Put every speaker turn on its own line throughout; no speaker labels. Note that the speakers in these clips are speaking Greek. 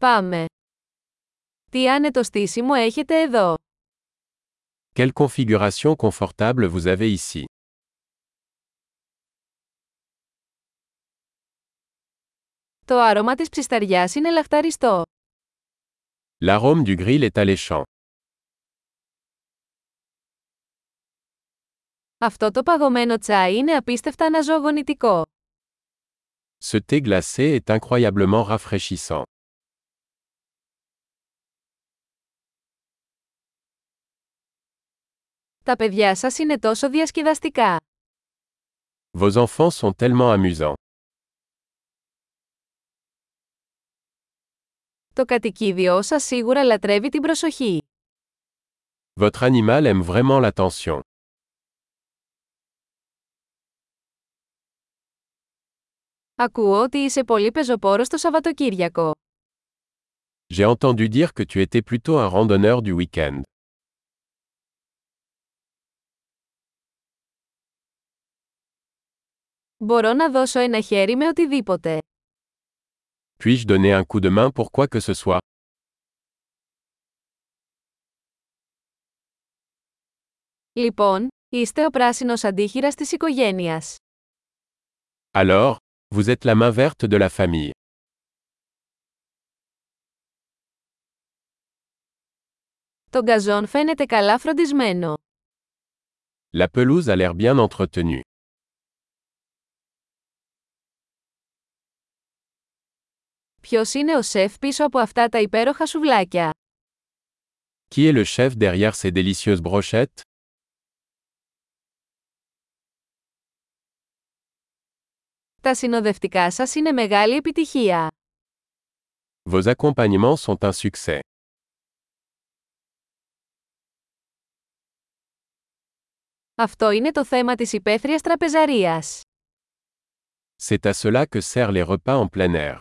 Πάμε. Τι άνετο στήσιμο έχετε εδώ.
Quelle configuration confortable vous avez ici.
Το άρωμα της ψισταριάς είναι λαχταριστό.
L'arôme du grill est alléchant.
Αυτό το παγωμένο τσάι είναι απίστευτα αναζωογονητικό.
Ce thé glacé est incroyablement rafraîchissant.
Τα παιδιά σας είναι τόσο διασκεδαστικά.
Vos enfants sont tellement amusants.
Το κατοικίδιό σας σίγουρα λατρεύει την προσοχή.
Votre animal aime vraiment l'attention.
Ακούω ότι είσαι πολύ πεζοπόρος το Σαββατοκύριακο.
J'ai entendu dire que tu étais plutôt un randonneur du week-end.
Μπορώ να δώσω ένα χέρι με οτιδήποτε.
Puis-je donner un coup de main pour quoi que ce soit
Λοιπόν, είστε ο πράσινος αντίχειρας της οικογένειας.
Alors, vous êtes la main verte de la famille.
Το γκαζόν φαίνεται καλά φροντισμένο.
La pelouse a l'air bien entretenue.
Ποιος είναι ο σεφ πίσω από αυτά τα υπέροχα σουβλάκια.
Qui est le chef derrière ces délicieuses brochettes
Τα συνοδευτικά σας είναι μεγάλη επιτυχία.
Vos accompagnements sont un succès.
Αυτό είναι το θέμα της υπαίθριας τραπεζαρίας.
C'est à cela que servent les repas en plein air.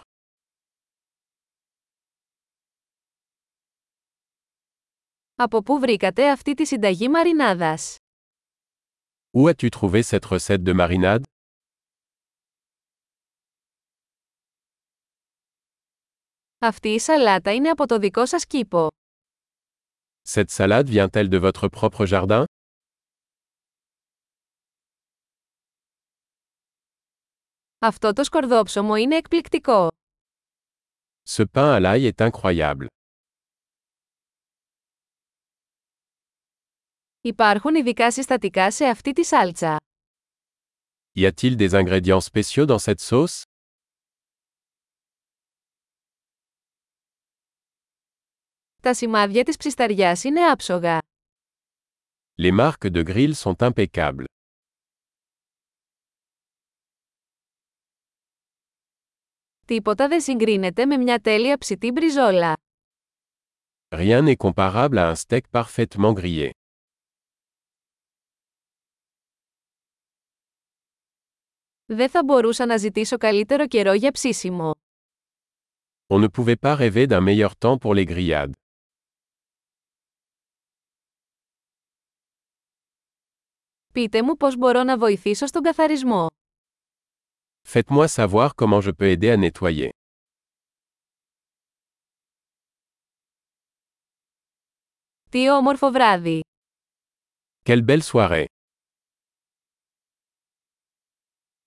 Από πού βρήκατε αυτή τη συνταγή μαρινάδας.
Où as-tu trouvé cette recette de marinade
Αυτή η σαλάτα είναι από το δικό σας κήπο.
Cette salade vient-elle de votre propre jardin
Αυτό το σκορδόψωμο είναι εκπληκτικό.
Ce pain à l'ail est incroyable.
Υπάρχουν ειδικά συστατικά σε αυτή τη σάλτσα.
Y a-t-il des ingrédients spéciaux dans cette sauce
Τα σημάδια της ψισταριάς είναι άψογα.
Les marques de grill sont impeccables.
Τίποτα δεν συγκρίνεται με μια τέλεια ψητή μπριζόλα.
Rien n'est comparable à un steak parfaitement grillé.
Δεν θα μπορούσα να ζητήσω καλύτερο καιρό για ψήσιμο.
On ne pouvait pas rêver d'un meilleur temps pour les grillades.
Πείτε μου πώς μπορώ να βοηθήσω στον καθαρισμό.
Faites-moi savoir comment je peux aider à nettoyer.
Τι όμορφο βράδυ!
Quelle belle soirée